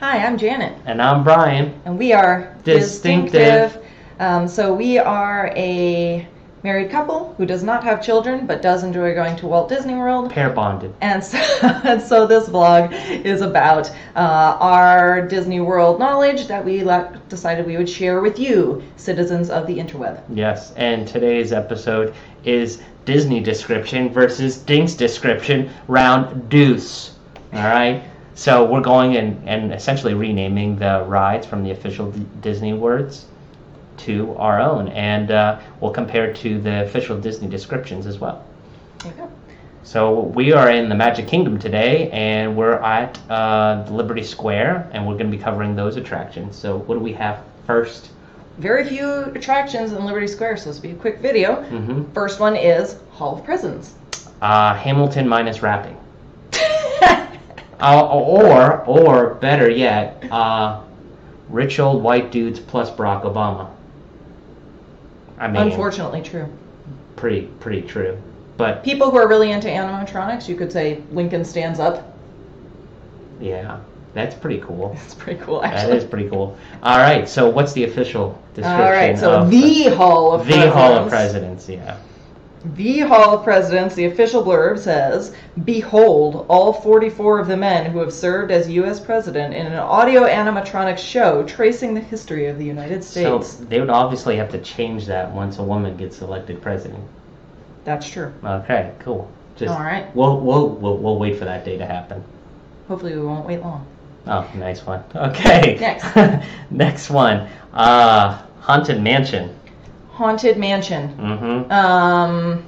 Hi, I'm Janet, And I'm Brian. and we are Distinctive. Distinctive. Um, so we are a married couple who does not have children but does enjoy going to Walt Disney World. Pair bonded. And so, and so this vlog is about uh, our Disney World knowledge that we le- decided we would share with you, citizens of the interweb. Yes. And today's episode is Disney description versus Dink's description round deuce. All right. So we're going and, and essentially renaming the rides from the official D- Disney words to our own. And uh, we'll compare to the official Disney descriptions as well. There you go. So we are in the Magic Kingdom today, and we're at uh, Liberty Square, and we're going to be covering those attractions. So what do we have first? Very few attractions in Liberty Square, so this will be a quick video. Mm-hmm. First one is Hall of Presidents. Uh, Hamilton minus rapping, uh, or or better yet, uh, rich old white dudes plus Barack Obama. I mean, Unfortunately, true. pretty pretty true, but People who are really into animatronics, you could say Lincoln stands up. yeah, that's pretty cool. It's pretty cool, That actually. is pretty cool. All right, so what's the official description? All right, so of the Hall of the Hall of Presidents, yeah. The Hall of Presidents, the official blurb says, Behold, all 44 of the men who have served as U.S. president in an audio animatronic show tracing the history of the United So States. they would obviously have to change that once a woman gets elected president. That's true. Okay, cool. Just All right. We'll we'll we'll, we'll wait for that day to happen. Hopefully, we won't wait long. Oh, nice one. Okay. Next. Next one. Uh, Haunted Mansion. Haunted Mansion. Mm-hmm. Um,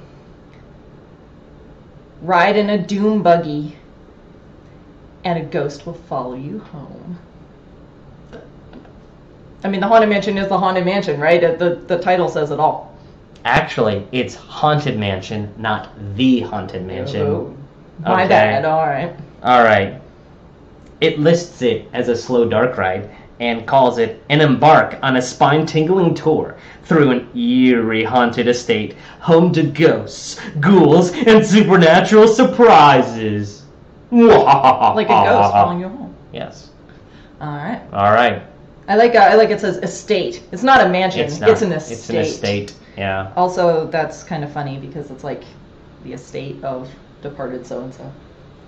ride in a doom buggy, and a ghost will follow you home. I mean, the haunted mansion is the haunted mansion, right? Uh, The the title says it all. Actually, it's Haunted Mansion, not the Haunted Mansion. Oh, my Okay. bad. All right. All right. It lists it as a slow dark ride and calls it an embark on a spine tingling tour through an eerie haunted estate, home to ghosts, ghouls, and supernatural surprises. Like Like a uh. ghost following you home. Yes. All right. All right. I like uh, I like it says estate. It's not a mansion. It's, not- an estate. It's an estate. Yeah. Also, that's kind of funny because it's like the estate of departed so and so.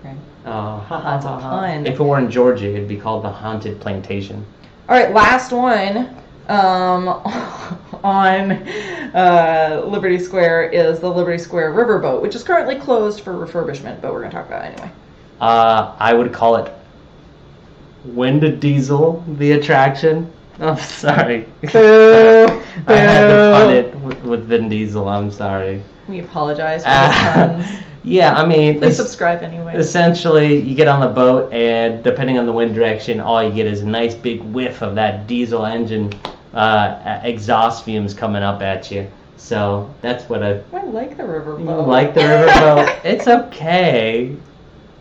Right. Oh, Lots of fun. If it were in Georgia, it'd be called the Haunted Plantation. All right, last one um, on uh, Liberty Square is the Liberty Square Riverboat, which is currently closed for refurbishment, but we're going to talk about it anyway. Uh, I would call it When did Diesel the attraction? I'm sorry. Boo, I had to boo. fun it with, with Vin Diesel. I'm sorry. We apologize for the Uh, puns. yeah, I mean, Please es- subscribe anyway. essentially, you get on the boat, and depending on the wind direction, all you get is a nice big whiff of that diesel engine uh, e- exhaust fumes coming up at you. So that's what I I like the you riverboat. like the riverboat. it's okay.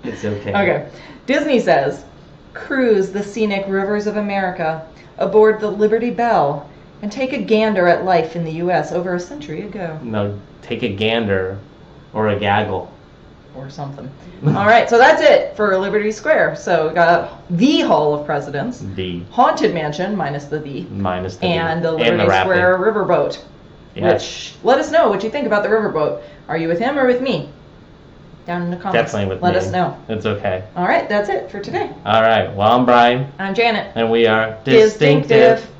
It's okay. Okay. Disney says, cruise the scenic rivers of America aboard the Liberty Bell and take a gander at life in the U.S. over a century ago. No, take a gander or a gaggle. or something. All right, so that's it for Liberty Square. So we got the Hall of Presidents, The Haunted Mansion minus the the, minus the and the Liberty and the rapping. Square Riverboat. Yeah. Which let us know what you think about the riverboat. Are you with him or with me? Down in the comments. definitely with let me. us know. It's okay. All right, that's it for today. All right. Well, I'm Brian, I'm Janet. and we are Distinctive.